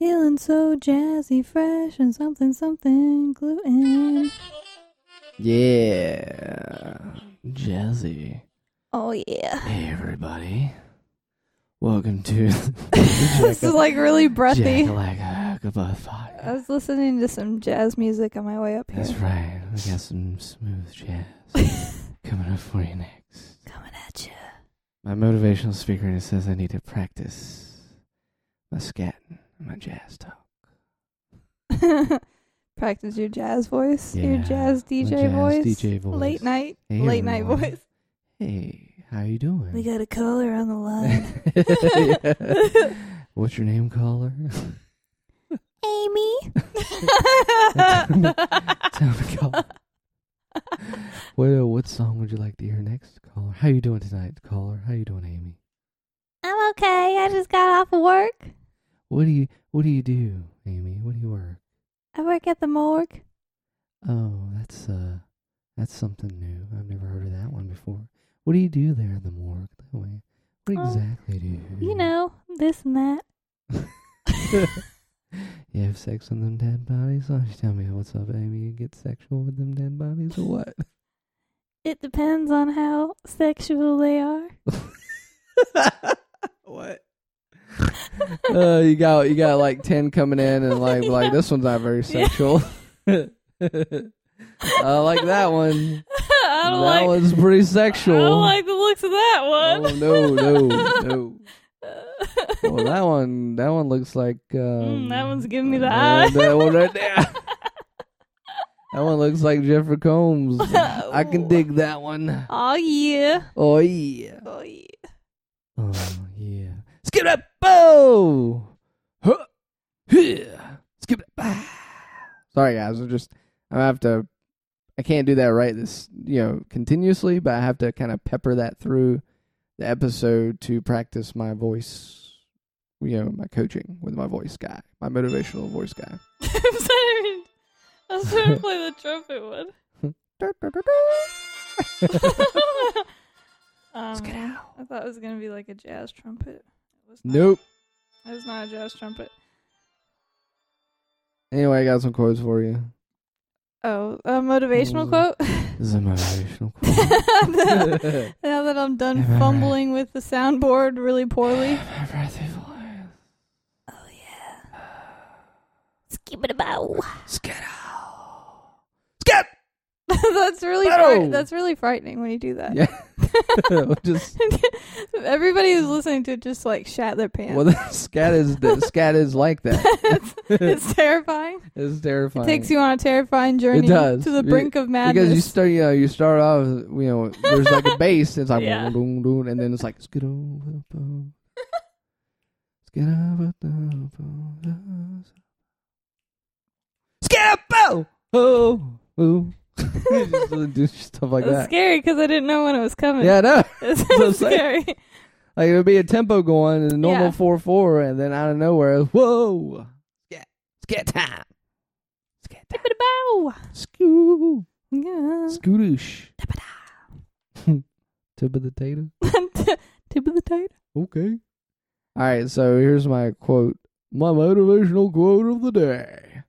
Sounds so jazzy, fresh, and something, something gluten. Yeah. Jazzy. Oh, yeah. Hey, everybody. Welcome to. this is like really breathy. Jack-a-lack, uh, goodbye, fuck. I was listening to some jazz music on my way up here. That's right. We got some smooth jazz coming up for you next. Coming at you. My motivational speaker says I need to practice my scatting, my jazz talk. Practice your jazz voice, your Yeah, jazz my DJ jazz voice, DJ voice. late night, Hey, late night everyone. voice. Hey, how you doing? We got a caller on the line. Yeah. What's your name, caller? Amy. Tell me, caller. What uh, what song would you like to hear next, caller? How you doing tonight, caller? How you doing, Amy? I'm okay. I just got off of work. What do you what do you do, Amy? What do you work? I work at the morgue. Oh, that's uh that's something new. I've never heard of that one before. What do you do there in the morgue? That way? What Oh, exactly do you do? You know, this and that. You have sex with them dead bodies? Why don't you tell me what's up, Amy? You get sexual with them dead bodies or what? It depends on how sexual they are. what? Uh, you got you got like ten coming in and like like this one's not very Yeah. sexual. I like that one. I That don't like. one's pretty I sexual. don't like the looks of that one. Oh no no no! Well, that one that one looks like um, Mm, that one's giving me the uh, eye. That one right there. that one looks like Jeffrey Combs. I can dig that one. Oh yeah. Oh yeah. Oh yeah. Oh yeah. Skip it up. Oh. Huh. Yeah. Skip it. Ah. Sorry guys, I'm just I have to I can't do that right this you know continuously, but I have to kind of pepper that through the episode to practice my voice, you know, my coaching with my voice guy, my motivational voice guy. I'm sorry. I was trying to play the trumpet one. um, Skip it out. I thought it was gonna be like a jazz trumpet. It was not. Nope. It was not a jazz trumpet. Anyway, I got some quotes for you. Oh, a motivational What quote. This is a motivational now quote. that I'm done Am I right? fumbling with the soundboard really poorly. My breath is fire. Oh yeah. Skip it about. Skip. Skip. that's really Bow. fri- that's really frightening when you do that. Yeah. just Everybody who's listening to it just like shat their pants. well, the scat is the scat is like that. it's, it's terrifying. It's terrifying. It takes you on a terrifying journey does. to the You- brink of madness. because you start, you know, you start off, you know, there's like a bass. It's like Yeah. boom, boom, boom, and then it's like skid Skip! Oh, oh. You just really do stuff like it was that. scary because I didn't know when it was coming. Yeah, I know. it's what I'm saying. scary. Like it would be a tempo going and a normal Yeah. four four, and then out of nowhere, whoa, scat, scat time, scat time, Skip it about. skoo, Yeah. scootoosh, tip of the tater. Tip of the tater. Okay. All right, so here's my quote, my motivational quote of the day: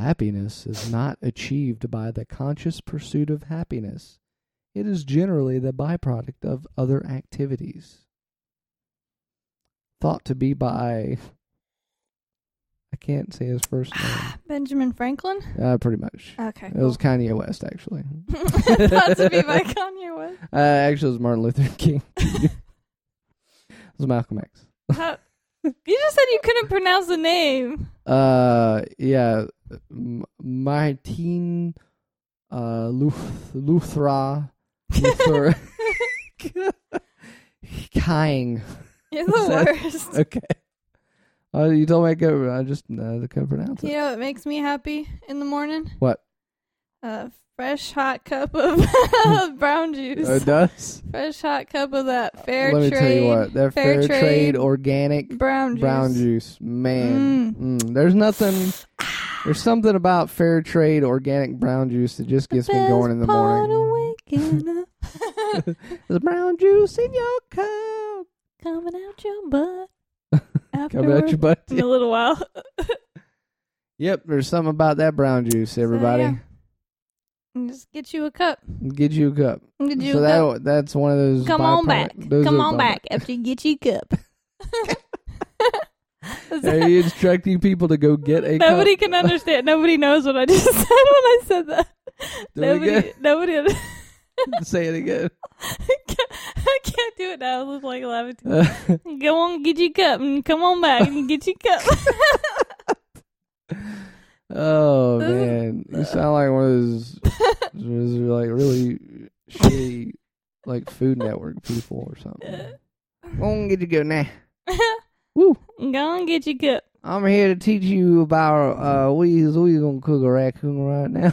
Happiness is not achieved by the conscious pursuit of happiness; it is generally the byproduct of other activities. Thought to be by. I can't say his first name. Benjamin Franklin. Uh, pretty much. Okay. Ah, It was Kanye West, actually. cool. Thought to be by Kanye West. Uh, actually, it was Martin Luther King. it was Malcolm X. How- you just said you couldn't pronounce the name. Uh, yeah, M- Martin uh, Luth- Luthra Luther King. You're Is that- the worst. Okay. Uh, you told me I could. I just uh, I couldn't pronounce it. You know what makes me happy in the morning? What? A fresh hot cup of brown juice. Oh, it does. fresh hot cup of that fair Let me trade tell you what. That fair fair, trade, trade organic brown juice. brown juice, man. Mm. there's nothing. There's something about fair trade organic brown juice that just gets me Best going in the part of morning. waking up. There's brown juice in your cup. Coming out your butt. Come at After your butt. in a little while. Yep, there's something about that brown juice, everybody. yeah. And just get you a cup. Get you a cup. Get you so a that cup. that's one of those. Come on byproduct- back. those Come are on byproduct- back after you get your cup. Is Are you instructing people to go get a Nobody cup? can understand. Nobody knows what I just said when I said that. Do it nobody, nobody. under- again. Say it again. I can't- I can't do it now. I was like laughing. too. Uh, Go on, get your cup, and come on back and get your cup. oh This is- man, you sound like one of those, those like really shitty like Food Network people or something. Go on, get you go now. Woo. go on, get your cup. I'm here to teach you about uh we we gonna cook a raccoon right now.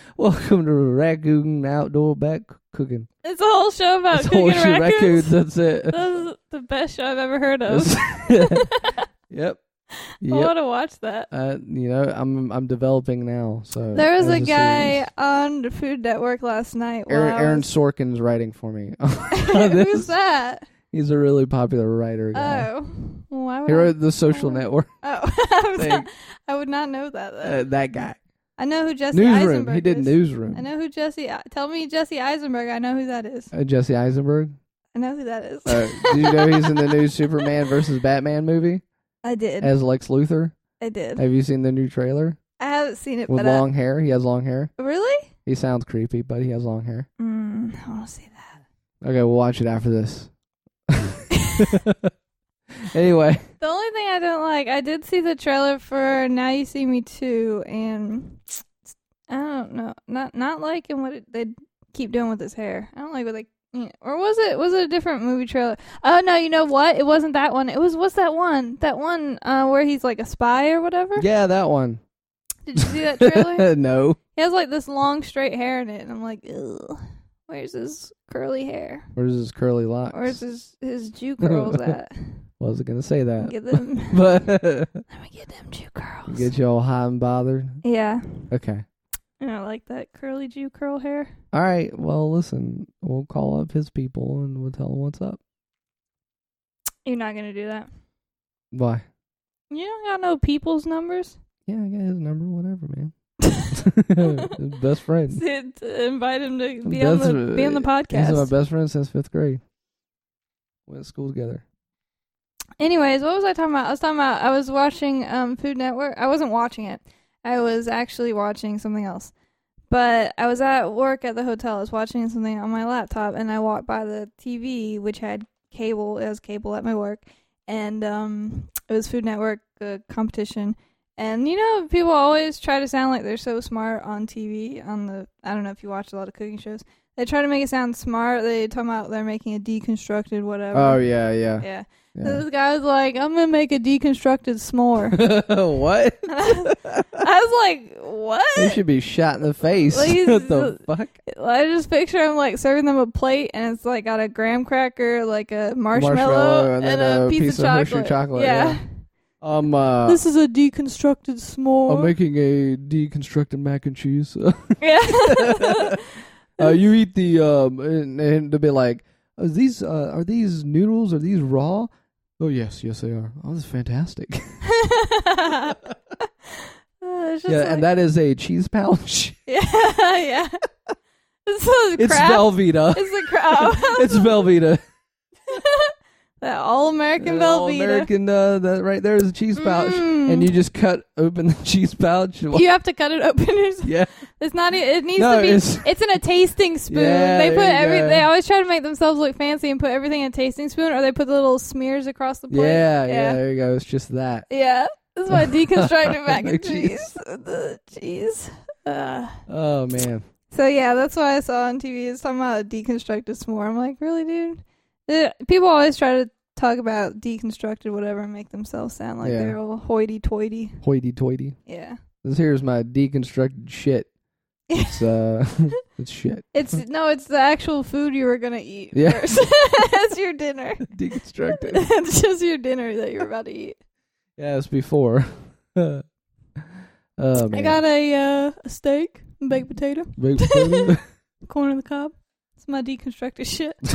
Welcome to raccoon outdoor back cooking. It's a whole show about It's cooking horseshoe raccoons. That's it. That's the best show I've ever heard of. That's- yep. I Yep. want to watch that. Uh, you know, I'm I'm developing now. So There was a Uh, there's guy series. on the Food Network last night. while Aaron, I Aaron was- Sorkin's writing for me. Who's This- that? He's a really popular writer. Guy. Oh, why would he I- wrote the Social Oh. Network. Oh, I, was Thing. not, I would not know that. Though. Uh, that guy. I know who Jesse Newsroom. Eisenberg He did is. Newsroom. I know who Jesse. uh, Tell me Jesse Eisenberg. I know who that is. Uh, Jesse Eisenberg. I know who that is. Uh, do you know he's in the new Superman versus Batman movie I did. as Lex Luthor? I did. Have you seen the new trailer I haven't seen it, with but long hair? He has long hair. I, really, He sounds creepy, but he has long hair. mm, I want to see that. Okay, we'll watch it after this. anyway, The only thing I don't like, I did see the trailer for Now You See Me Too, and I don't know, not not liking what it, they keep doing with his hair. I don't like what they. yeah. Or was it was it a different movie trailer? Oh no, you know what? It wasn't that one. It was what's that one? That one uh, where he's like a spy or whatever. yeah, that one. Did you see that trailer? no. He has like this long straight hair in it, and I'm like, Ugh, where's his curly hair? Where's his curly locks? Where's his his Jew curls at? Wasn't gonna say that, Get them. but Let me get them Jew curls. get you all high and bothered. yeah, Okay. and I like that curly Jew curl hair. All right. Well, listen. We'll call up his people and we'll tell them what's up. You're not gonna do that. Why? You don't got no people's numbers. Yeah, I got his number. Whatever, man. His to, best friend. to invite him to be on the That's, be on the uh, He's my podcast. best friend since fifth grade. Went to school together. Anyways, what was I talking about? I was talking about I was watching um Food Network. I wasn't watching it. I was actually watching something else. But I was at work at the hotel. I was watching something on my laptop and I walked by the TV which had cable. It was cable at my work and um it was Food Network uh, competition. And you know, people always try to sound like they're so smart on TV on the I don't know if you watch a lot of cooking shows. They try to make it sound smart. They talk about they're making a deconstructed whatever. Oh yeah, yeah. Yeah. So this guy was like, I'm gonna make a deconstructed s'more. what? I was like, He what? should be shot in the face. Like, he's- what the fuck? I just picture him like serving them a plate, and it's like got a graham cracker, like a marshmallow, Marshmallow, and then a piece, piece of of chocolate. Hershey chocolate, Yeah. Um, uh, This is a deconstructed s'more. I'm making a deconstructed mac and cheese. yeah. uh, you eat the um, and, and they'll be like, are these uh, are these noodles? Are these raw? Oh yes, yes they are. Oh, this is fantastic. Uh, it's just yeah, like- and that is a cheese pouch. Yeah, yeah. This is it's crap. Velveeta. It's a crap. it's Velveeta. that all American All Velveeta. American. Uh, that right there is a cheese pouch, and you just cut open the cheese pouch. Mm. You have to cut it open. yourself. yeah, It's not. e- It needs no, to be. It's, it's in a tasting spoon. Yeah, they put there you every. go. They always try to make themselves look fancy and put everything in a tasting spoon, or they put the little smears across the plate. yeah, yeah, yeah. There you go. It's just that. Yeah. This is my deconstructed mac and Jeez. cheese. The cheese. Uh, Oh man. so yeah, that's what I saw on TV. It's talking about a deconstructed s'more. I'm like, really, dude? The- people always try to talk about deconstructed whatever and make themselves sound like Yeah. they're all hoity-toity. hoity-toity. Yeah. This here's my deconstructed shit. It's uh, it's shit. It's no, it's the actual food you were gonna eat Yeah. first. That's your dinner. Deconstructed. it's just your dinner that you're about to eat. yeah, it's before. oh man. I got a, uh, a steak, and baked potato, Big potato. corn on the cob. It's my deconstructed shit.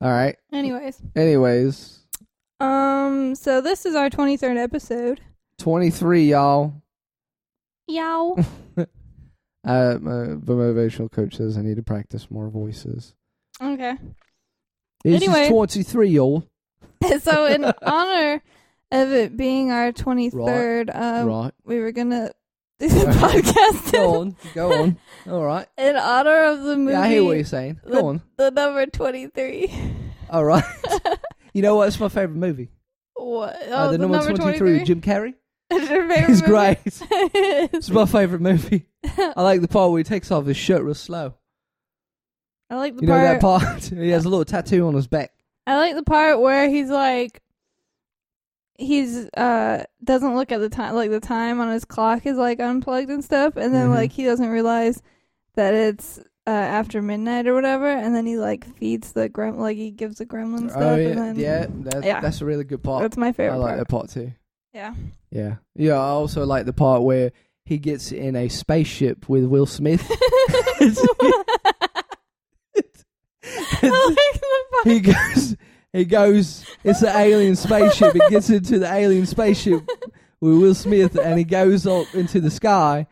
All right. Anyways, Anyways, Um, so this is our 23rd episode. 23, y'all. Yow. Uh, my, the motivational coach says I need to practice more voices. okay. This Anyway. is 23, y'all. so in honor of it being our 23rd, uh, right. we were going to do the podcast Go on. Go on. All right. in honor of the movie Yeah, I hear what you're saying. Go on. The Number 23. All right. You know what? It's my favorite movie. what? Oh, Uh, the, number, 23 with Jim Carrey. It's your favorite It's movie? great. It's my favorite movie. I like the part where he takes off his shirt real slow. I like the You know part. that part? he has a little tattoo on his back. I like the part where he's like, he's uh doesn't look at the time, like the time on his clock is like unplugged and stuff, and then Mhm. like he doesn't realize that it's uh after midnight or whatever, and then he like feeds the grem, like he gives the gremlin stuff, Oh and yeah, then yeah, that's, Yeah. that's a really good part. that's my favorite I like part. that part too. Yeah, Yeah, yeah. I also like the part where he gets in a spaceship with Will Smith. I like the part. he goes, he goes. It's an alien spaceship. It gets into the alien spaceship with Will Smith, and he goes up into the sky,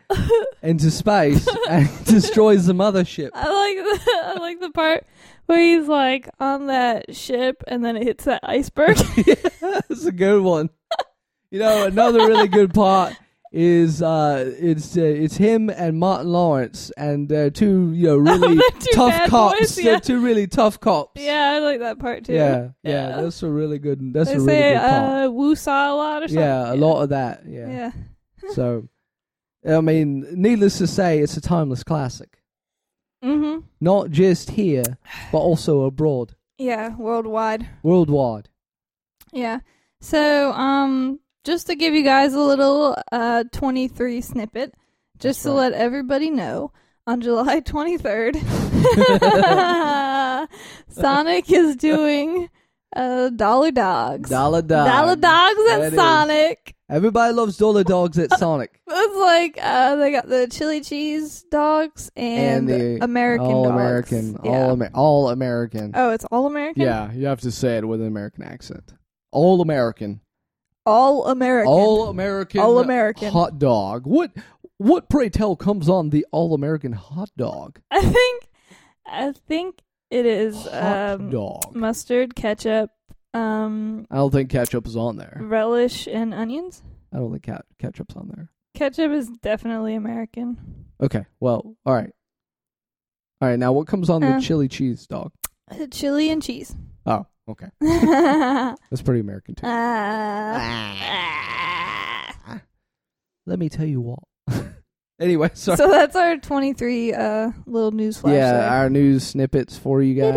into space, and destroys the mothership. I like the I like the part where he's like on that ship and then it hits that iceberg. That's a good one. You know, another really good part is uh, it's uh, it's him and Martin Lawrence and uh, two you know really Oh, They're two tough bad cops. boys, They're yeah. two really tough cops. yeah, I like that part too. yeah, yeah. Yeah. That's a really good. That's they a really say good part. uh, woosah a lot or something. yeah, a lot of that. Yeah. Yeah. so, I mean, needless to say, it's a timeless classic, Mm-hmm. not just here but also abroad, Yeah, worldwide. worldwide. Yeah. So, um, just to give you guys a little uh 23 snippet, just That's to let right. everybody know, on July 23rd, Sonic is doing uh Dollar Dogs. Dollar dog. Dollar Dogs That at is- Sonic. Everybody loves dollar dogs at Sonic. It's like uh, they got the chili cheese dogs and, the American all dogs. American, Yeah. all Amer- all American. oh, it's all American. yeah, you have to say it with an American accent. All American, all American. all American, All American. hot dog. What what pray tell comes on the all American hot dog? I think, I think it is Hot um, dog. mustard, ketchup, um, I don't think ketchup is on Mm. there. relish, and onions. I don't think ca- ketchup's on there. Ketchup is definitely American. Okay, well, all right, all right. Now, what comes on Uh. the chili cheese dog? Uh, Chili and cheese. Oh, okay, Ah. that's pretty American too. Uh. Ah. Let me tell you what. anyway, sorry. so that's our 23 uh, little news flash. yeah, there. our news snippets for you guys.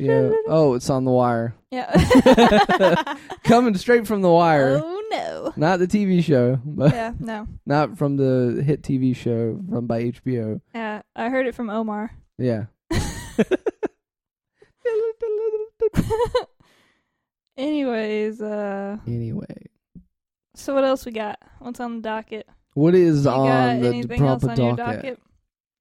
yeah. Oh, it's on the wire. Yeah. Coming straight from the wire. oh no. Not the TV show, but Yeah, no. not from the hit TV show run by HBO. Yeah, I heard it from Omar. Yeah. Anyways, uh, anyway, so what else we got? What's on the docket? what is You got on the d- anything else proper on your docket? docket?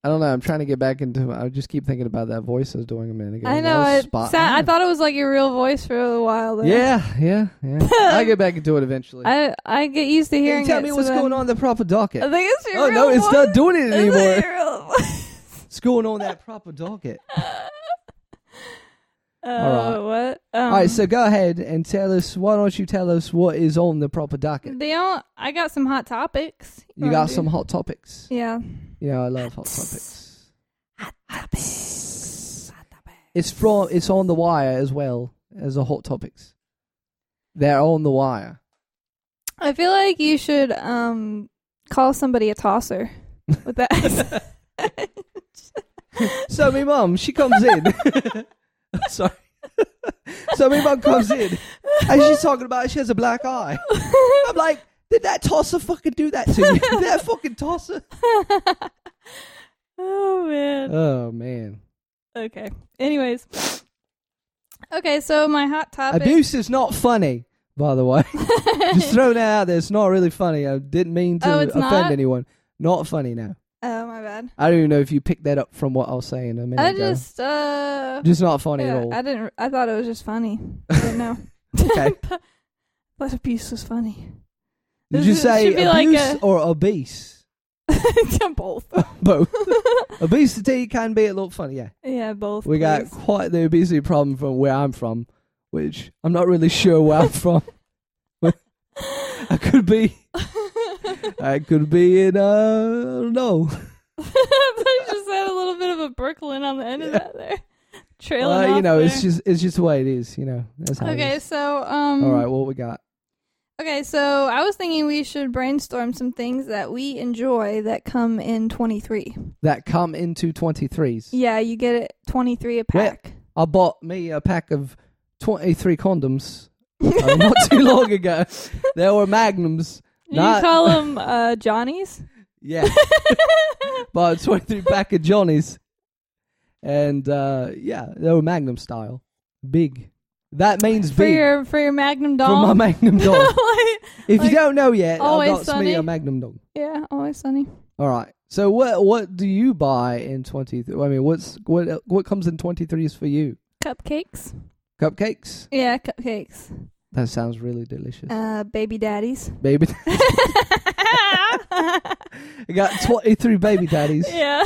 I don't know. I'm trying to get back into. I just keep thinking about that voice I was doing a minute ago. I That know. was It, spot sa- I on. thought it was like your real voice for a while. There. Yeah, yeah, yeah. I get back into it eventually. I I get used to Can hearing. you tell it, me so what's then- going on in the proper docket? I think it's your Oh real no, voice. it's not doing it Is anymore. it your real voice? What's going on that proper docket? Uh, All What? Um, All right, so go ahead and tell us. Why don't you tell us what is on the proper docket? Um, they don't. I got some hot topics. You wanna got do- some hot topics. Yeah. Yeah, I love hot topics. Hot topics. Hot topics. It's from. It's on the wire as well as the hot topics. They're on the wire. I feel like you should um call somebody a tosser with that. So my mum, she comes in. Sorry. so my mum comes in and she's talking about she has a black eye. I'm like, did that tosser fucking do that to you? Did that fucking tosser? oh man. Oh man, Okay. Anyways. Okay, so my hot topic. abuse is not funny. By the way. just throwing that out there. It's not really funny. I didn't mean to Oh, it's offend not? anyone. Not funny now. oh my bad. I don't even know if you picked that up from what I was saying a minute I ago. just uh. Just not funny yeah, at all. I didn't. I thought it was just funny. I didn't know. Okay. but abuse was funny. Did This you is- say should be like abuse a- or obese? both. Both. Obesity can be a lot funny, yeah. yeah, both. We got please. quite the obesity problem from where I'm from, which I'm not really sure where I'm from. I could be, I could be in, uh, I don't know. I just had a little bit of a Brooklyn on the end of Yeah. that there. Trailing Well, Uh, you off know, there. it's just, it's just the way it is. You know, that's how. It okay, is. so um All right, what we got? okay, so I was thinking we should brainstorm some things that we enjoy that come in 23. That come into twenty threes. Yeah, you get it 23 a pack. I bought me a pack of twenty three condoms uh, not too long ago. They were magnums. you not- call them uh Johnny's? Yeah, bought a twenty three pack of Johnnies, and uh, yeah, they were magnum style, big. That means for big your for your Magnum for my doll. magnum dog. Like- if like, you don't know yet, Always that's me Sunny. a magnum dog. yeah, always sunny. All right. So what what do you buy in twenty? I mean, what's what what comes in twenty threes for you? Cupcakes. Cupcakes. Yeah, cupcakes. That sounds really delicious, Uh baby daddies. baby. I got twenty three baby daddies. Yeah.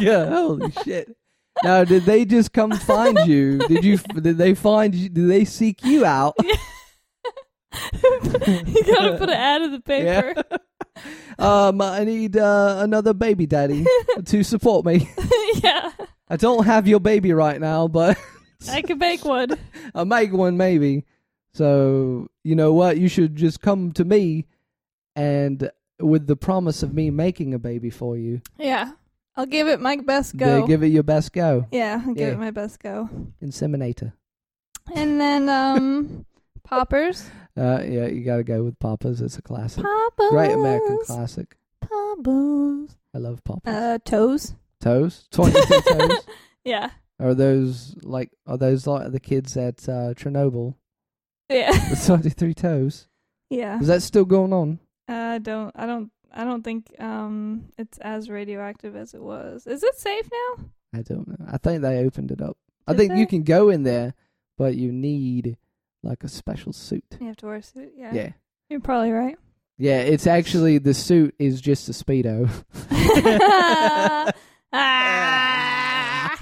yeah. Holy shit. Now, did they just come find you? Did you? Did they find you? Did they seek you out? you gotta put an ad in the paper. Um, I need uh, another baby daddy to support me. yeah. I don't have your baby right now, but I can make one. I'll make one maybe. So you know what? You should just come to me, and with the promise of me making a baby for you, Yeah. I'll give it my best they go. give it your best go. yeah, I'll give Yeah. it my best go. Inseminator. And then um poppers. Uh, yeah, you gotta go with Papa's. It's a classic, Poppers. great American classic. Poppers. I love Papa's. Uh toes. toes, twenty-two toes. Yeah. Are those like? Are those like the kids at uh, Chernobyl? Yeah. The twenty-three toes. yeah. Is that still going on? I don't I don't I don't think um it's as radioactive as it was. Is it safe now? I don't know. I think they opened it up. I Did think you they? can go in there, but you need like a special suit. You have to wear a suit. Yeah. Yeah. You're probably right. Yeah, it's actually the suit is just a speedo. Ah.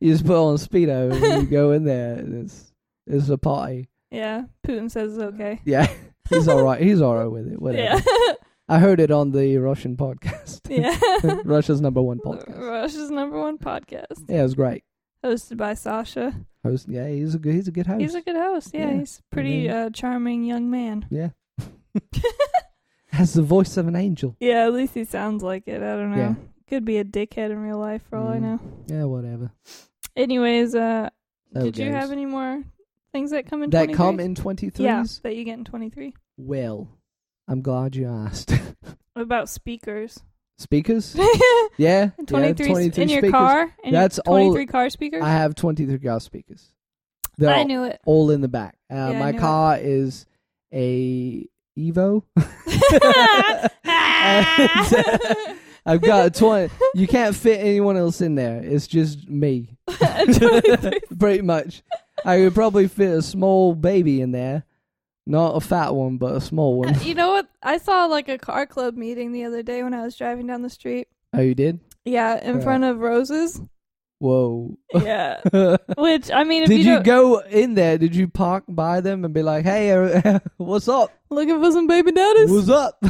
You just put on a speedo and you go in there and it's it's a party. Yeah, Putin says it's okay. Yeah. He's all right. He's all right with it. Whatever. Yeah. I heard it on the Russian podcast. yeah. Russia's number one podcast. Russia's number one podcast, Yeah, it was great. hosted by Sasha. Host. Yeah, he's a good. He's a good host. He's a good host. Yeah, Yeah. he's a pretty mean- uh, charming young man. yeah. Has the voice of an angel. Yeah, at least he sounds like it. I don't know. Yeah. Could be a dickhead in real life for all I Mm. know. Yeah, whatever. Anyways, uh, Oh, did you goes. have any more things that come in that 23? come in twenty threes? Yeah, that you get in 23. Well, I'm glad you asked. What about speakers? speakers? And Yeah. yeah, 23 s- 23 in your speakers. car? In your That's all- 23 car speakers? I have 23 car speakers. They're I all- knew it. all in the back. Uh, I my knew car is a Evo. And, uh, I've got a 20. You can't fit anyone else in there. It's just me. Pretty much. I could probably fit a small baby in there. Not a fat one, but a small one. you know what? I saw like a car club meeting the other day when I was driving down the street. Oh, you did? Yeah, in Yeah. front of roses. Whoa. Yeah. did Which I mean, if you, you, don't go in there? Did you park by them and be like, hey, uh, what's up? looking for some baby daddies, What's up?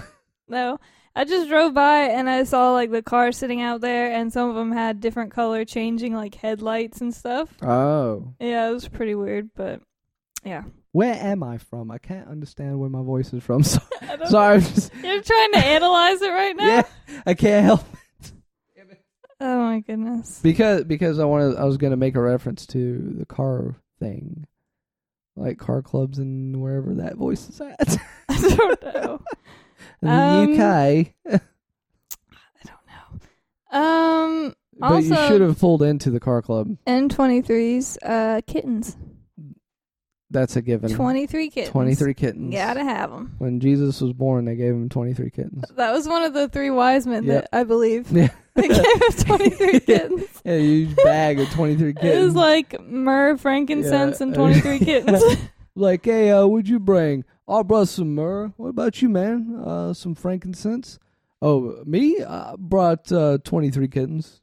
no. I just drove by and I saw like the cars sitting out there, and some of them had different color changing like headlights and stuff. Oh. Yeah, it was pretty weird, but yeah. Where am I from? I can't understand where my voice is from. Sorry, I don't- sorry I'm just, You're trying to analyze it right now. yeah, I can't help Oh my goodness. because because I wanted I was gonna make a reference to the car thing, like car clubs and wherever that voice is at. I don't know. In the Um, UK, I don't know. Um, but you also- should have pulled into the car club. N23's uh kittens. That's a given. 23 kittens. 23 kittens. Gotta have them. When Jesus was born, they gave him twenty three kittens. That was one of the three wise men Yep. that I believe. Yeah. They gave us 23 kittens. Yeah, a huge bag of twenty three It kittens. was like myrrh, frankincense, Yeah. and 23 kittens. Like, hey, uh, what'd you bring? I brought some myrrh. What about you, man? Uh, some frankincense. Oh, me? I brought uh, 23 kittens.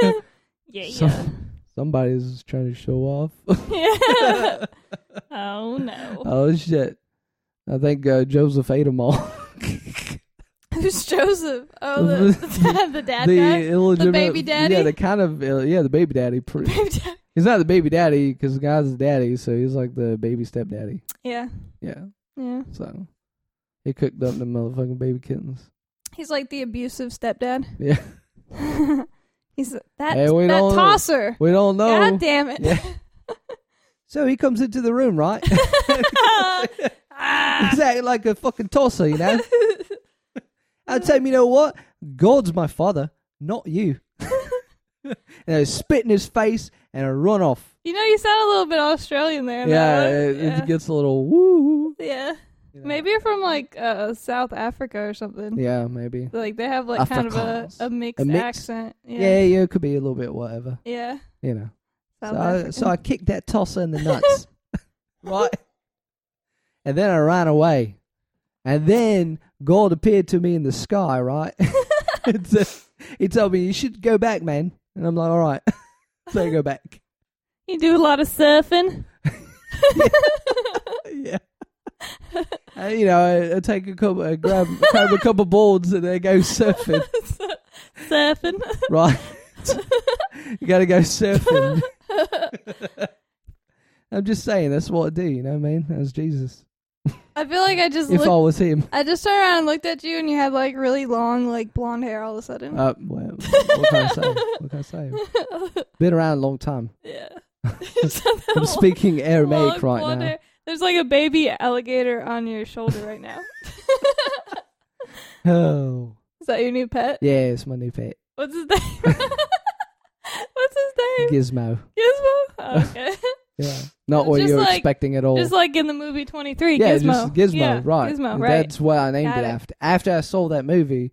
yeah, So- Somebody's trying to show off. yeah. oh no. Oh, shit. I think uh, Joseph ate them all. Who's Joseph? Oh, the the, the dad the guy. illegitimate, baby daddy? Yeah, the kind of uh, yeah, the baby daddy. Pr- Baby dad. he's not the baby daddy because the guy's the daddy, so he's like the baby stepdaddy. Yeah, Yeah, yeah. so he cooked up the motherfucking baby kittens. He's like the abusive stepdad. Yeah, He's that Hey, we that don't- tosser. we don't know. God damn it. Yeah. So he comes into the room, right? Ah. He's acting like a fucking tosser, you know. I tell him, you know what? God's my father, not you. and I spit in his face and I run off. You know, you sound a little bit Australian there. Yeah, though. it, yeah. it gets a little woo. Yeah. you know. Maybe you're from like uh, South Africa or something. Yeah, maybe. Like they have like kind Afrikaans. of a, a, mixed mix? accent. Yeah. Yeah. yeah, it could be a little bit whatever, Yeah. you know. South So I, African. so I kicked that tosser in the nuts, right? And then I ran away. And then God appeared to me in the sky, right? And so he told me, You should go back, man. And I'm like, All right. so I go back. you do a lot of surfing. yeah. Uh, you know, I, I take a couple, I grab, grab a couple boards and I go surfing, surfing. right? you gotta go surfing. I'm just saying, that's what I do, you know what I mean? That's Jesus. I feel like I just If I looked, was him. I just turned around and looked at you, and you had like really long, like blonde hair all of a sudden. Uh, well, what can I say? What can I say? Been around a long time. yeah. I'm speaking Long Aramaic right blonde now. hair. There's like a baby alligator on your shoulder right now. Oh, Is that your new pet? yeah, it's my new pet, What's his name? What's his name? Gizmo. Gizmo. Oh, okay. Yeah, not what Just you're like- expecting at all. just like in the movie 23, yeah, Gizmo. just Gizmo, Yeah, right? Gizmo, right. That's what I named Got it it. after. After I saw that movie,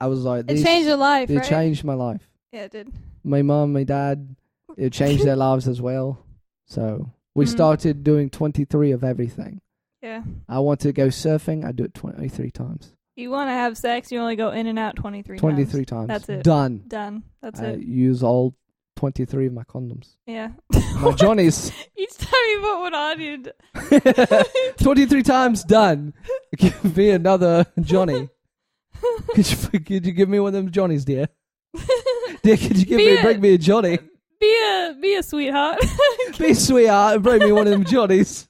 I was like, it this, changed your life, It right? changed my life. yeah, it did. My mom, my dad, it changed their lives as well. So we Mhm. started doing 23 of everything. Yeah. I want to go surfing. I do it 23 times. You want to have sex, you only go in and out 23 times. 23 times. That's it. Done. Done. That's I it. use all 23 of my condoms. Yeah. My Johnny's. Each time you put one on, you. d- 23 times done. Give me another Johnny. Could you, could you give me one of them Johnnies, dear? Dear, could you give me, Be a- bring me a Johnny? be a be a sweetheart. Be a sweetheart and bring me one of them Johnnies.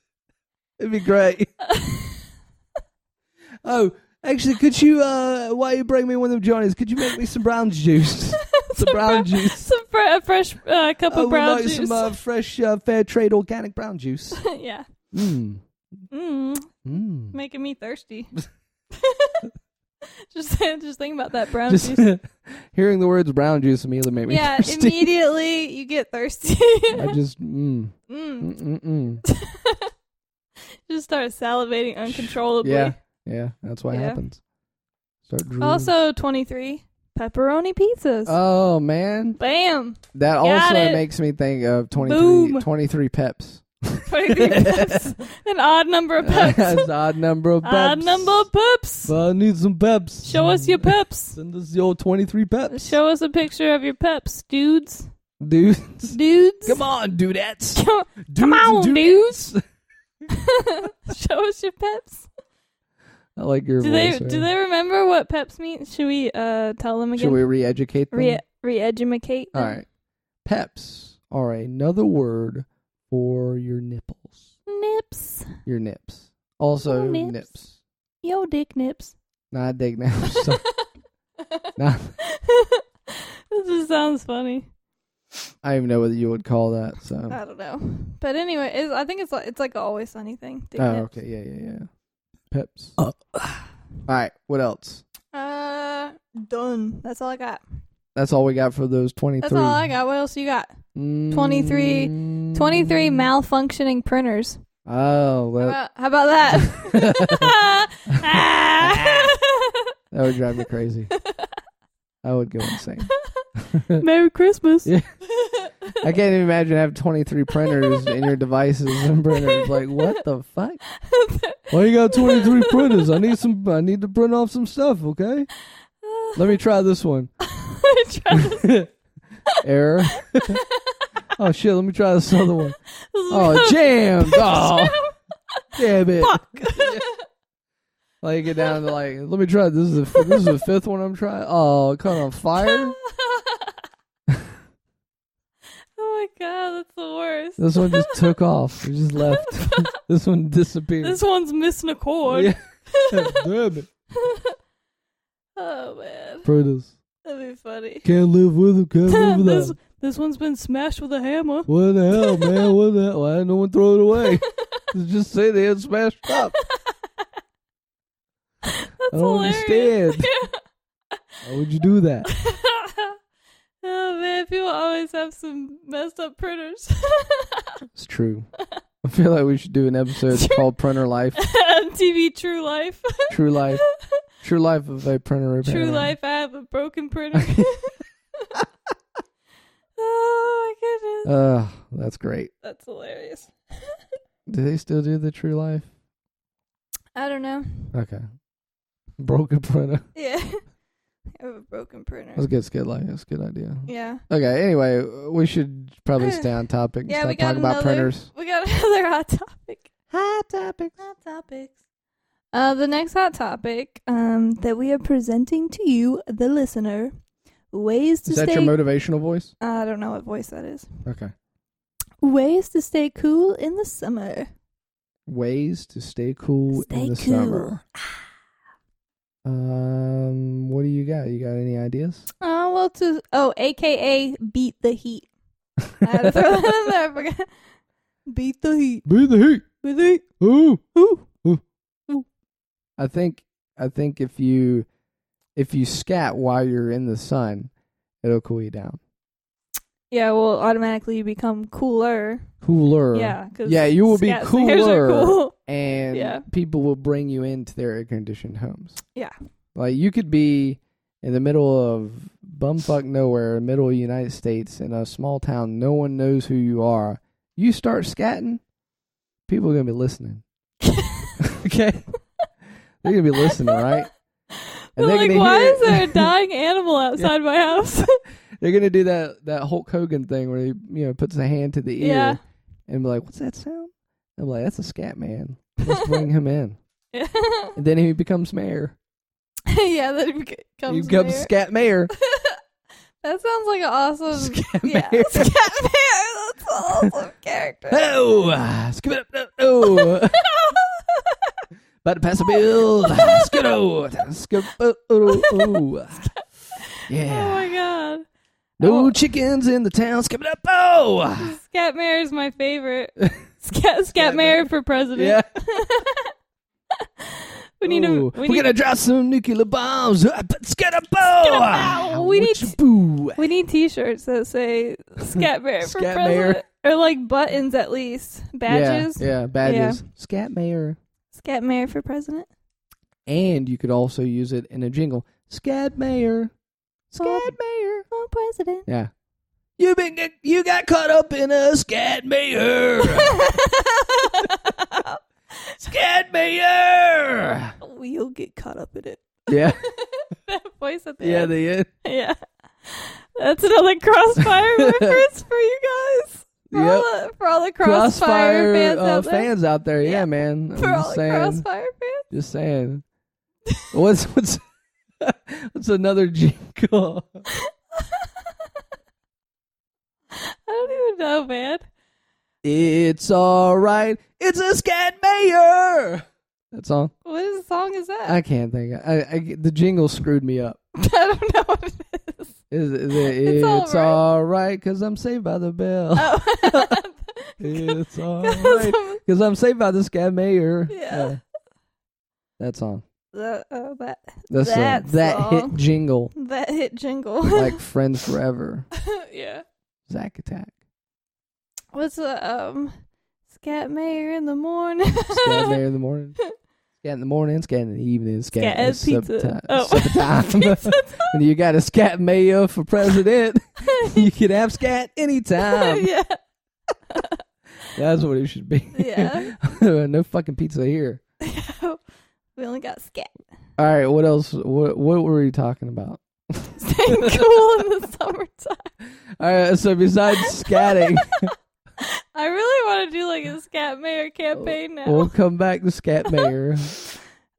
It'd be great. Oh, actually, could you, uh, while you bring me one of them Johnnies, could you make me some brown juice? Some brown fre- juice. Some fre- a fresh uh, cup I of would brown like juice. some uh, fresh, uh, fair trade organic brown juice. yeah. Mmm. Mm, Mmm. making me thirsty. just just think about that brown just juice. hearing the words brown juice immediately made me Yeah, thirsty. immediately you get thirsty. I just mm, mm. mm, mm, mm. Just start salivating uncontrollably. yeah, yeah, that's what Yeah. happens. Start drooling. Also, 23 pepperoni pizzas. oh man, Bam! that Got also it. makes me think of 23, Boom. 23 peps. 23 peps. An odd number of peps. That's odd number of peps. odd number of peps. But I need some peps. Show us your peps. Send us your twenty three peps, Show us a picture of your peps, dudes. dude. Dudes. Come on, dudettes. Show, dudes come and on, dudettes. show us your peps. I like your Do they voice. do man. they remember what peps means? Should we uh tell them Should again? we re-educate them? Re re-educate. All them? right. Peps are another word for your nipples, Nips. your nips. Also, Oh, nips. nips. Yo, dick nips. Not dig nips. So- not, this just sounds funny. I don't even know whether you would call that. So. I don't know. But anyway, it's, I think it's like it's like a always sunny thing. Dick oh, nips. okay. Yeah, yeah, yeah. Peps. All right. What else? Uh, done. That's all I got. That's all we got for those 23. That's all I got. What else you got? 23 Mm. 23 malfunctioning printers. Oh, How that, about, how about that? Ah. that would drive me crazy. I would go insane. Merry Christmas. Yeah. I can't even imagine have 23 printers in your devices and printers. Like, what the fuck? Why you got 23 printers? I need some. I need to print off some stuff. Okay, let me try this one. Try this- Error. oh shit! Let me try this other one. this is Oh, gonna- jammed. Oh, damn it. Fuck. Like you get down to like, let me try. This is the f- this is the fifth one I'm trying. Oh, it caught on fire. oh my god, that's the worst. This one just took off. It just left. this one disappeared. This one's missing a chord. Yeah. Damn it, oh man, printers. that'd be funny. Can't live with them. Can't live without this 'em. this one's been smashed with a hammer. What the hell, man? What the hell? Why didn't no one throw it away? It's just say they had smashed up. That's I don't hilarious. understand. Why would you do that? oh man, people always have some messed up printers. It's true. I feel like we should do an episode called Printer Life. MTV True Life. True Life. True Life of a Printer Repair. True Life. I have a broken printer. oh my Uh, goodness, Ugh, that's great. that's hilarious. Do they still do the True Life? I don't know. Okay. Broken printer. Yeah, I have a broken printer. That's a good skit. Like, that's a good idea. Yeah, Okay, anyway, we should probably stay on topic and Yeah, we stop got talking about another- printers. we got another hot topic. Hot topics. Hot topics. Uh, the next hot topic um, that we are presenting to you, the listener, ways to Is that stay. your motivational voice? I don't know what voice that is. Okay. Ways to stay cool in the summer. Ways to stay cool Stay in the cool. summer. Ah. Um, what do you got? You got any ideas? Oh well, to oh, aka beat the heat. I had to throw that in there. I forgot. Beat the heat. Be the heat. Beat the heat. Ooh. Ooh. I think I think if you if you scat while you're in the sun, it'll cool you down. Yeah, well, automatically you become cooler. Cooler. Yeah, 'cause Yeah, you will be scat singers cooler. are cool. And Yeah. people will bring you into their air conditioned homes. Yeah. Like you could be in the middle of bumfuck nowhere, middle of the United States, in a small town, no one knows who you are. You start scatting, people are gonna be listening. okay. They're gonna be listening, right? But, And they're like, gonna why hear is there a it. dying animal outside my house? They're gonna do that that Hulk Hogan thing where he you know puts a hand to the ear Yeah. and be like, "What's that sound?" I'm like, "That's a scat man. Let's bring him in." yeah, And then he becomes mayor. that he becomes. becomes there. scat mayor. that sounds like an awesome. Scat yeah, mayor. scat mayor. That's an awesome character. Oh, ah, skip it up, no, oh. about to pass a bill. Skip it, skip oh, oh, oh. Oh Yeah, my god. no Oh. chickens in the town. Skip it up, oh. Scat Mayor is my favorite. Scat Scat Mayor for president. Yeah, We need Ooh. to. We we're need. gonna drop some nuclear bombs. Ah, but Skip it up, oh. We need Witch boo. We need T-shirts that say Scat Mayor for Scat president, or like buttons at least, badges. Yeah, yeah badges. Scat mayor. Scat Mayor for president. And you could also use it in a jingle. Scat mayor. Scat mayor. Oh, president. Yeah. You been get, you got caught up in a scat mayor. scat mayor. We'll get caught up in it. Yeah. that voice at the Yeah, end. they is. yeah. That's another crossfire reference for you guys. For, all, the, for all the crossfire, fans uh, out there. fans out there. Yeah, Yeah. man. I'm for all just the saying. crossfire fans. Just saying. What's what's what's another jingle? I don't even know, man. It's all right. It's a scat mayor. That song. What is song is that? I can't think. I, I the jingle screwed me up. I don't know what it is. Is, is it, It's it's, all right. all right because I'm saved by the bell. Oh. It's all right because I'm saved by the scat mayor. Yeah. that song. that, oh, that That's the- That that song. hit jingle that hit jingle. like friends forever. yeah. Zack Attack. What's the um scat mayor in the morning? Scat mayor in the morning. Scat in the morning. Scat in the evening. Scat, Scat at as pizza. subti- Oh. supper time. Pizza time. and you got a scat mayor for president. you can have scat anytime. yeah. That's what it should be. Yeah. no fucking pizza here. we only got scat. All right, what else? What what were we talking about? Staying cool in the summertime. All right, so besides scatting, I really want to do like a scat Oh, mayor campaign now. we'll come back to scat mayor.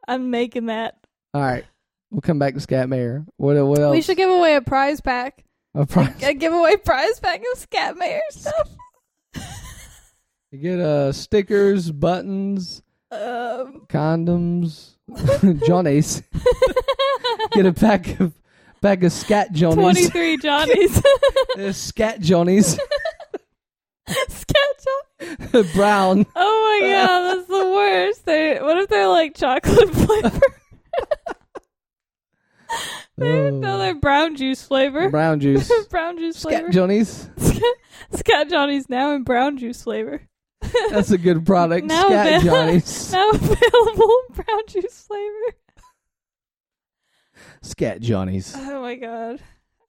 I'm making that. All right, we'll come back to scat mayor. What what else? We should give away a prize pack. a prize. A giveaway prize pack of scat mayor stuff. You get uh stickers, buttons, Um, condoms, Johnnies. Get a pack of pack of scat Johnnies. 23 Johnnies. Uh, scat Johnnies, scat Johnnies. brown. Oh my god, that's the worst. They, what if they're like chocolate flavor? No, they're brown juice Oh, flavor. brown juice. brown juice Scat flavor. Johnnies. Scat Johnny's now in brown juice flavor. That's a good product. Now Scat that- Johnnies. now available in brown juice flavor. Scat Johnnies. Oh my god.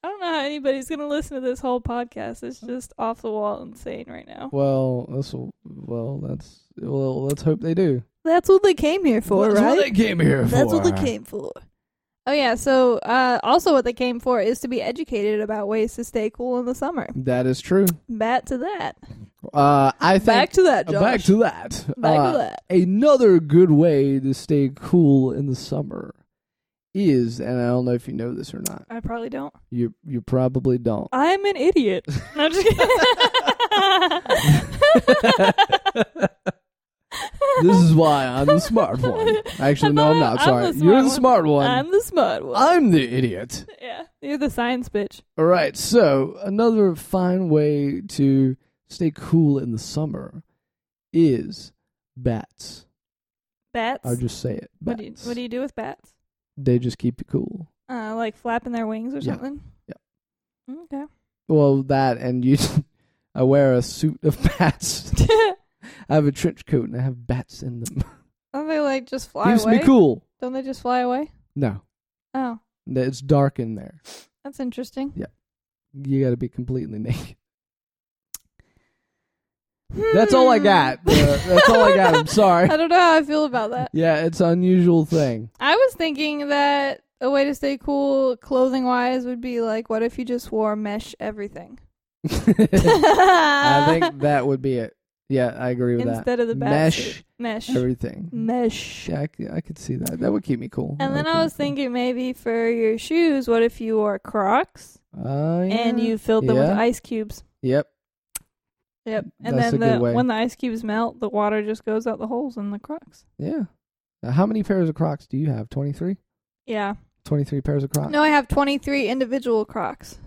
I don't know how anybody's gonna listen to this whole podcast. It's just off the wall insane right now. Well, that's well, that's well. Let's hope they do. That's what they came here for, that's right? what they came here for. That's what they came for. Oh yeah, so uh, also what they came for is to be educated about ways to stay cool in the summer. That is true. Back to that. Uh, I think uh, Back to that, Josh. back to that. Back Uh, to that. Another good way to stay cool in the summer is, and I don't know if you know this or not. I probably don't. You you probably don't. I'm an idiot. No, I'm just kidding. This is why I'm the smart one. Actually, no, I'm not. I'm Sorry, the you're the smart smart one. I'm the smart one. I'm the idiot. yeah, you're the science bitch. All right, so another fine way to stay cool in the summer is bats. Bats. I'll just say it. What Bats. do you What do you do with bats? they just keep you cool. Uh, like flapping their wings or Yeah. something. Okay. Well, that and you. I wear a suit of bats. I have a trench coat and I have bats in them. Don't they like just fly Keeps away? me cool. Don't they just fly away? No, Oh, it's dark in there. that's interesting. You got to be completely naked. That's all I Hmm. got. Uh, that's all I got. I'm sorry. I don't know how I feel about that. Yeah, it's an unusual thing. I was thinking that a way to stay cool clothing wise would be like, what if you just wore mesh everything? I I think that would be it. Yeah, I agree with that. instead of the bat Mesh suit. mesh, everything. mesh. Yeah, I, c- I could see that. That would keep me cool. And then That would I was keep me thinking maybe for your shoes, what if you wore Crocs cool. Uh, yeah. and you filled them with Yeah. ice cubes? Yep. Yep. And That's a then good the, way. when the ice cubes melt, the water just goes out the holes in the Crocs. Yeah. Uh, how many pairs of Crocs do you have? 23? Yeah. 23 pairs of Crocs. No, I have 23 individual Crocs.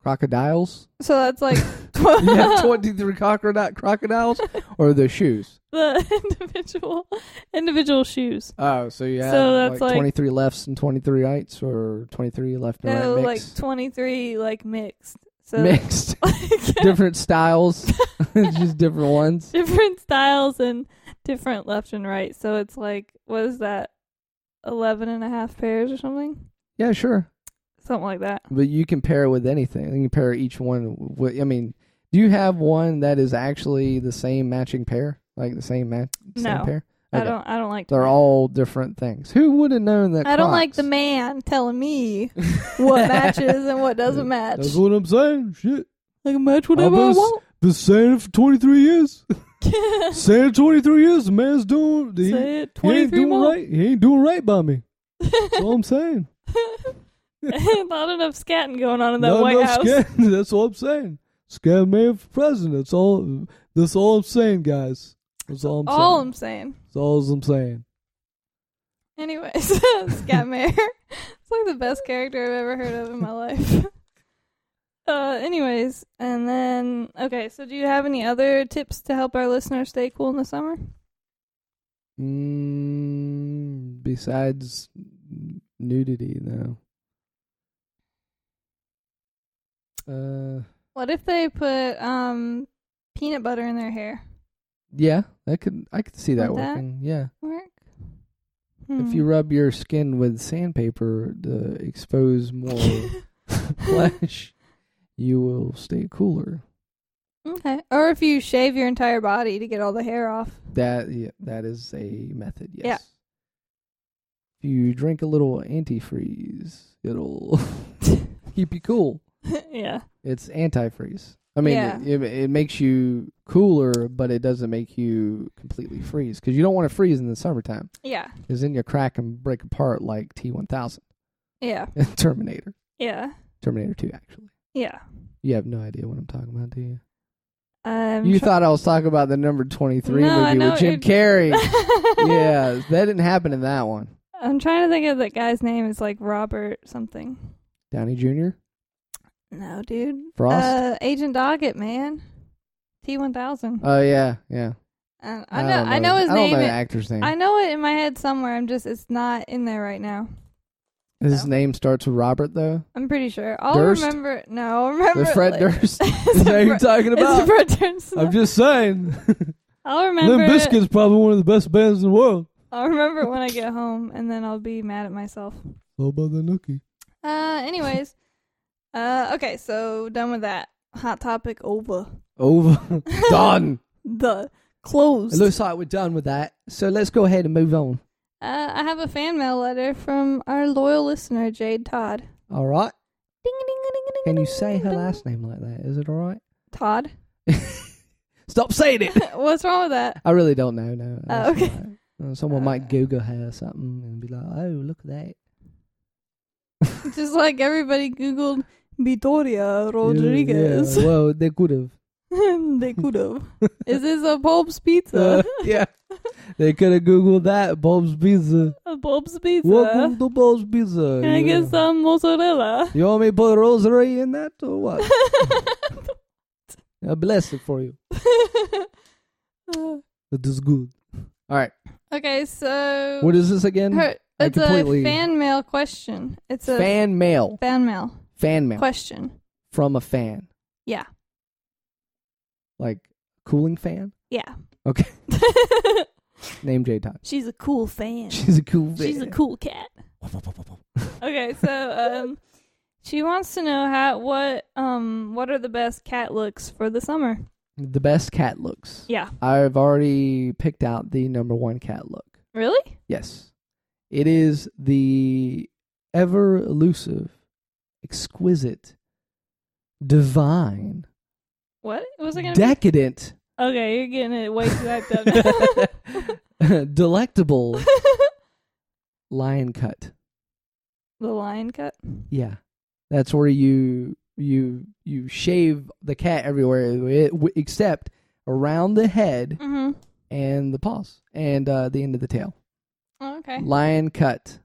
Crocodiles? So that's like you have 23 crocodile crocodiles or the shoes? the individual individual shoes. Oh, so you have So that's like- 23 lefts and 23 rights or 23 left and No, right like mix? 23 like mixed. So Mixed. like, different styles. Just different ones. different styles and different left and right. So it's like what is that? 11 and a half pairs or something? Yeah, sure. Something like that. But you can pair it with anything. You can pair each one. With, I mean, do you have one that is actually the same matching pair? Like the same match, same No. pair? I Okay. don't I don't like to They're all different things. Who would have known that? I don't like the Crocs- man telling me what matches and what doesn't match. That's what I'm saying. Shit, I can match whatever I Elbows. want. been saying it for 23 years. Say saying it 23 years, the man's doing. He, he it 23 ain't doing more. right. He ain't doing right by me. That's all I'm saying. Not enough scatting going on in that Not White enough House. scam- That's all I'm saying. Scam man for president. That's all. That's all I'm saying, guys. That's all I'm All saying. I'm saying. That's all I'm saying. Anyways, Scatmare. it's like the best character I've ever heard of in my life. Uh, anyways, and then okay. So, do you have any other tips to help our listeners stay cool in the summer? Mm, besides nudity, no. Uh, What if they put um peanut butter in their hair? yeah, I could I could see that Like that? working. Yeah, Work. Hmm. if you rub your skin with sandpaper to expose more flesh, you will stay cooler. Okay. Or if you shave your entire body to get all the hair off. That yeah, that is a method. Yes. Yeah. If you drink a little antifreeze, it'll keep you cool. yeah. It's antifreeze. I mean, Yeah. it, it makes you cooler, but it doesn't make you completely freeze because you don't want to freeze in the summertime. Yeah. Because then you crack and break apart like T one thousand Yeah. Terminator, Yeah. Terminator two. Actually, Yeah. you have no idea what I'm talking about, do you? Um, you thought I was talking about the number twenty three No, I movie know with Jim it- Carrey. yeah, that didn't happen in that one. I'm trying to think of that guy's name. It's like Robert something. Downey Jr. No, dude. Frost. Uh, Agent Doggett, man. T1000. oh yeah, yeah. And I know. I don't know his I name. don't know the it- actor's name. I know it in my head somewhere. I'm just. It's not in there right now. His though. name starts with Robert though. I'm pretty sure. I'll Durst? remember. No, I'll remember. The it Fred later. Durst. It's Is that a who you're Fred- talking it's a about? Fred Durst. I'm just saying. I'll remember. Limp it- Bizkit's probably one of the best bands in the world. I'll remember it when I get home, and then I'll be mad at myself. Oh, by the nookie. Uh, anyways, uh, okay, so done with that hot topic over. Over. Done. The closed. it looks like we're done with that. So let's go ahead and move on. uh, I have a fan mail letter from our loyal listener Jade Todd. All right. Ding ding ding ding. Can you say her last name like that? Is it all right? Todd. Stop saying it. What's wrong with that? I really don't know. No. Oh, That's okay. all right. Uh, Someone Uh. might Google her or something and be like, "Oh, look at that." Just like everybody Googled Vittoria Rodriguez, Yeah, yeah. Well, they could have. they could have. Is this a Bob's Pizza? Uh, yeah. They could have Googled that. Bob's Pizza. a Bob's Pizza. Welcome to Bob's Pizza. Can I yeah. get some mozzarella? You want me to put rosary in that or what? I bless it for you. Uh, It is good. All right. okay, so What is this again? her, I it's a completely- fan mail question. It's a fan, fan mail. mail Fan mail question. from a fan. Yeah, Like cooling fan yeah. Okay. named J Todd. She's a cool fan. She's a cool fan. She's a cool cat. Okay, so um, she wants to know how what um what are the best cat looks for the summer? the best cat looks. Yeah, I've already picked out the number one cat look. really? Yes. It is the ever elusive, exquisite, divine, What was it gonna? decadent, be? Okay, you're getting it way too hyped up. delectable now. lion cut. the line cut. Yeah. That's where you you you shave the cat everywhere it- w- except around the head Mm-hmm. and the paws and uh, the end of the tail. Oh, Okay, Lion cut.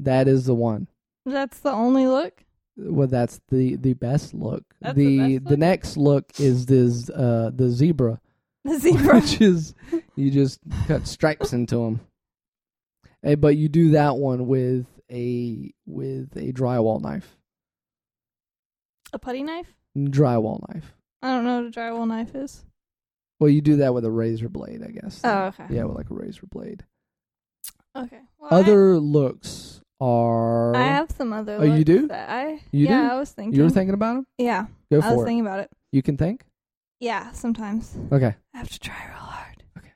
That is the one. that's the only look. well that's the the best look That's the the the, best look? next look is this uh the zebra The zebra. which is you just cut stripes into them but you do that one with a with a drywall knife a putty knife? drywall knife I don't know what a drywall knife is. well you do that with a razor blade i guess Oh, okay. yeah with like a razor blade Okay. Well, other looks are I, I have some other. Oh, you looks do? That I You yeah, do? I was thinking. you were thinking about them yeah, I go was for it thinking about it. you can think Yeah, sometimes okay I have to try real hard. Okay.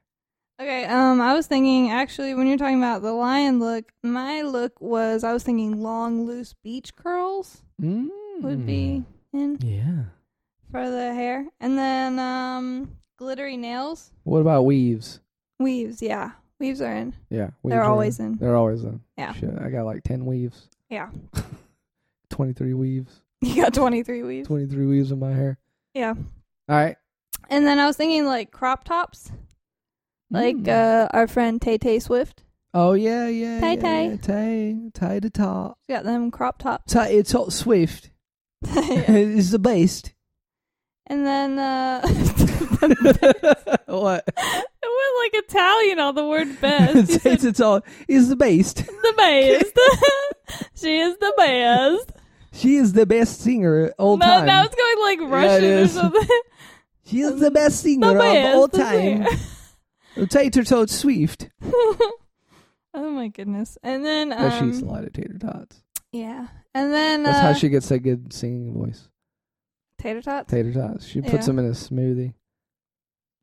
Okay. Um, I was thinking actually when you're talking about the lion look, my look was I was thinking long loose beach curls mm. would be Hmm. in yeah for the hair, and then um glittery nails what about weaves weaves. Yeah, weaves are in. yeah weaves They're are- always in. They're always in. Yeah. Shit, I got like 10 weaves. Yeah. 23 weaves. You got 23 weaves. 23 weaves in my hair. Yeah. All right. And then I was thinking like crop tops, like Mm. uh, our friend Tay Tay Swift. Oh, yeah, yeah. Tay yeah, Tay. yeah, Tay. Tay the top. She got them crop tops. Tay, it's hot swift. and it's the best. then uh, what? it went like Italian on the word best. You said it's, it's, all, it's the best. the best. she is the best. She is the best singer all no, time. now it's going like Yeah, Russian it or is. something. she is the best the singer best. of all the time. Tater tot swift. singer. oh my goodness. And then um, but she's a lot of tater tots. yeah. And then That's uh, how she gets that good singing voice. tater tots. Tater tots. She puts Yeah. them in a smoothie.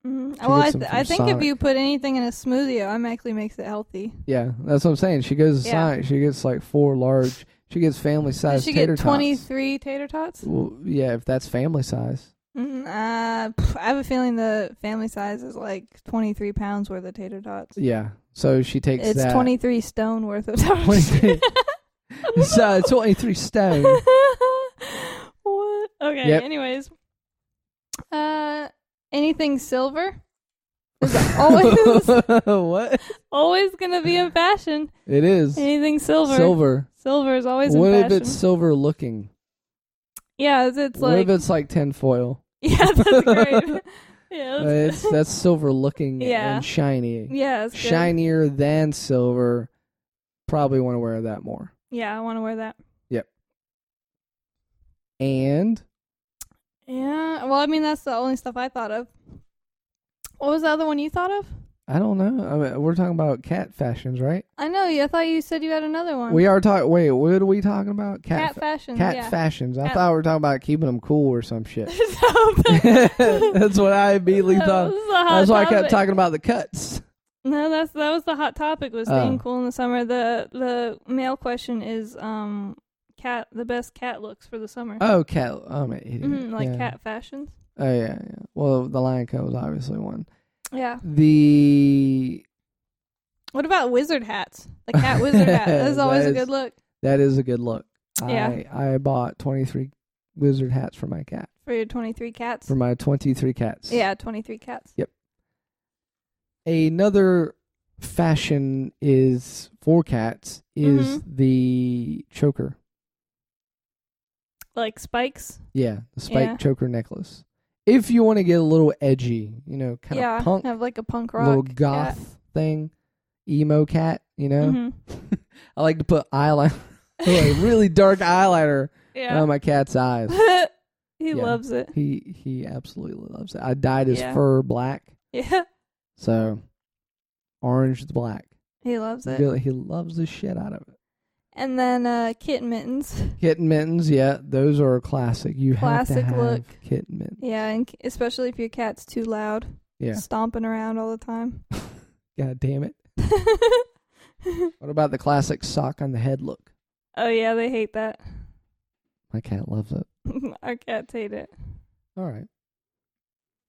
hmm She Well, gets I, them th- I from think if Sonic. you put anything in a smoothie, it um, actually makes it healthy. Yeah, that's what I'm saying. She goes to Yeah. Sonic. She gets like four large. She gets family Did size she tater get twenty tots. three tater tots? Well, yeah, if that's family size. Mm, uh, pff, I have a feeling the family size is like twenty three pounds worth of tater tots. Yeah. So she takes It's that. twenty three stone worth of tater tots. 23 It's, uh, 23 stone. what? Okay. Yep. Anyways, uh, anything silver is always what? always gonna be in fashion. It is Anything silver, silver, silver. is always What in if fashion. it's silver looking? yeah, it's, it's what like if it's like tinfoil? yeah, that's great. yeah, Uh, that's, It's that's silver looking Yeah. and shiny, yeah, it's good. shinier than silver. Probably want to wear that more. Yeah, I want to wear that. And Yeah. Well, I mean, that's the only stuff I thought of. What was the other one you thought of? I don't know. I mean, we're talking about cat fashions, right? I know. you. I thought you said you had another one. We are talking. Wait, what are we talking about? cat fa- fashion. cat yeah. fashions. I Cat- thought we were talking about keeping them cool or some shit. So bad. that's what I immediately That thought. was the hot That's why I kept topic. talking about the cuts. Mm-hmm. No, that's that was the hot topic was Oh. staying cool in the summer. The the mail question is um cat the best cat looks for the summer. Oh, cat. I'm an idiot. Mhm, like Yeah. cat fashions. Oh yeah, yeah. Well, the Lion Cat was obviously one. Yeah. The What about wizard hats? The cat wizard hat. That's That always a is- good look that is a good look. Yeah. I I bought twenty three wizard hats for my cat for your twenty three cats. for my twenty three cats. yeah, twenty three cats. Another fashion is for cats is Mm-hmm. the choker. Like spikes. Yeah, the spike Yeah. choker necklace. If you want to get a little edgy, you know, kind of yeah. punk, Have like a punk rock. little goth thing, emo cat. You know, hmm I like to put eyeliner, like really dark eyeliner Yeah. on my cat's eyes. he Yeah. loves it. He he absolutely loves it. I dyed his Yeah. fur black, Yeah. so orange to black. He loves it. Really, he loves the shit out of it. And then uh kitten mittens. Kitten mittens, yeah, those are a classic. You Classic have to have look. kitten mittens. Yeah, and c- especially if your cat's too loud. Yeah. Stomping around all the time. God damn it! What about the classic sock on the head look? oh yeah, they hate that. My cat loves it. Our cats hate it. All right.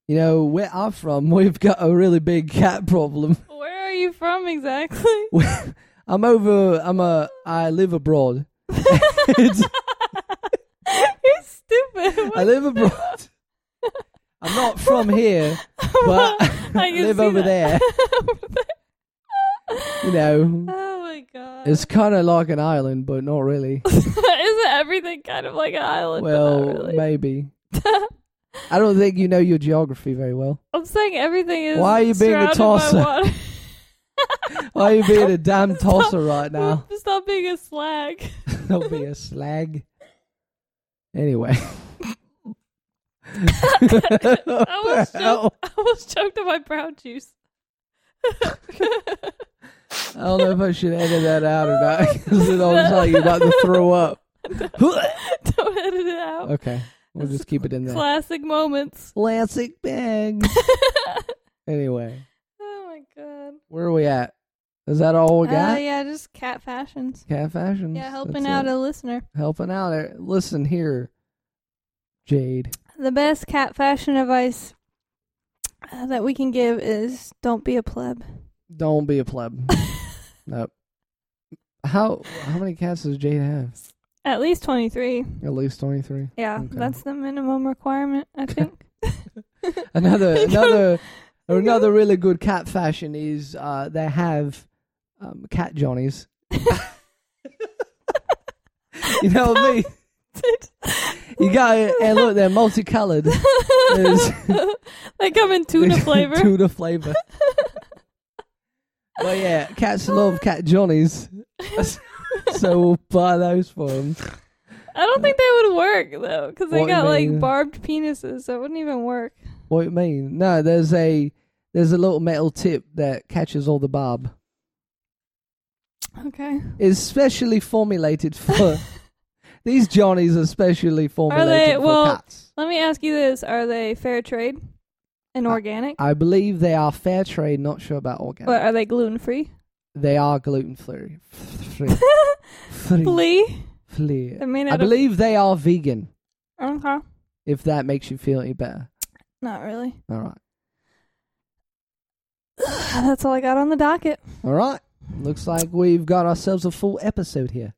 You know where I'm from, we've got a really big cat problem. Where are you from exactly? I'm over. I'm a. I live abroad. It's- You're stupid. I live abroad. I'm not from here, but I can live see over that. You know, Oh my god. it's kind of like an island, but not really. Isn't everything kind of like an island? but not well, really? maybe. I don't think you know your geography very well. I'm saying everything is. Why are you being a surrounded by tosser? water. Why are you being a damn tosser right now? Stop being a slag. Don't be a slag. Anyway. I was, choked, I was choked on my brown juice. I don't know if I should edit that out or not because it almost like you're about to throw up. Don't edit it out. Okay, we'll just keep it in there. Classic moments. Classic bag. Anyway, oh my god. where are we at? Is that all we Uh, got? yeah, just cat fashions. Cat fashions. Yeah, helping That's out it. a listener. helping out. there. Listen here, Jade. The best cat fashion advice uh, that we can give is don't be a pleb. Don't be a pleb. nope. How how many cats does Jade have? At least 23. At least twenty three. Yeah, Okay. that's the minimum requirement, I think. Another You gotta- another another really good cat fashion is uh, they have um, cat johnnies. You know what I mean? You got it, and look, they're multicolored. There's- they come in tuna flavor. Tuna flavor. Well, yeah, cats love cat johnnies, so we'll buy those for them. I don't think they would work though, because they What do you got mean? like barbed penises, so it wouldn't even work. What do you mean? No, there's a there's a little metal tip that catches all the barb. Okay. It's specially formulated for These Johnnies are specially formulated they- for well- cats. Let me ask you this: Are they fair trade and Uh, organic? I believe they are fair trade. Not sure about organic. But are they gluten free? They are gluten free. Free. Free. Flea? Free. I mean, I believe they are vegan. Okay. If that makes you feel any better. Not really. All right. That's all I got on the docket. All right. Looks like we've got ourselves a full episode here.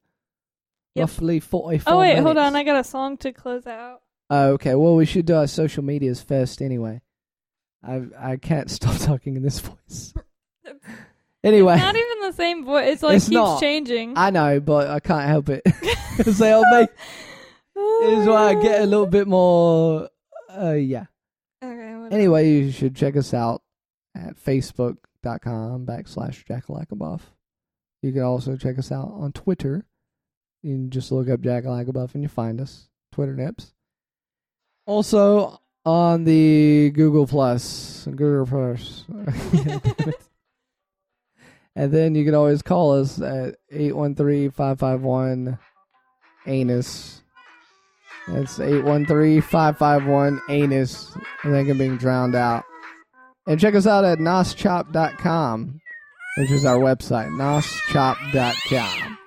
Yep. Roughly 44 Oh wait, minutes. hold on. I got a song to close out. Oh, okay. Well, we should do our social medias first anyway. I I can't stop talking in this voice. Anyway, Not even the same voice. It's like It's keeps not. changing. I know, but I can't help it. Because they all make Oh is my why I get a God. little bit more. Uh, yeah. Okay. whatever. Anyway, you should check us out at facebook.com backslash jackalackabuff. You can also check us out on Twitter. You can just look up jackalackabuff and you find us. Twitter nips. Also on the Google Plus, Google Plus. and then you can always call us at 813-551 anus. That's 813-551 anus. I think I'm being drowned out. And check us out at noschop.com, which is our website, noschop.com.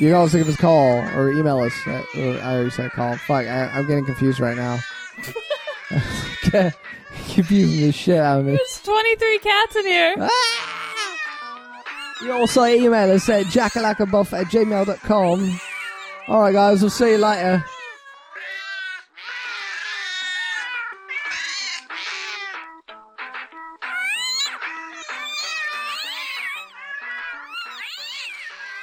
You can also give us a call or email us. At, or I already said call. Fuck, I, I'm getting confused right now. Confusing the shit out of me. There's 23 cats in here. You also email us at jackalackabuff at gmail.com. Alright, guys, we'll see you later. Thank you.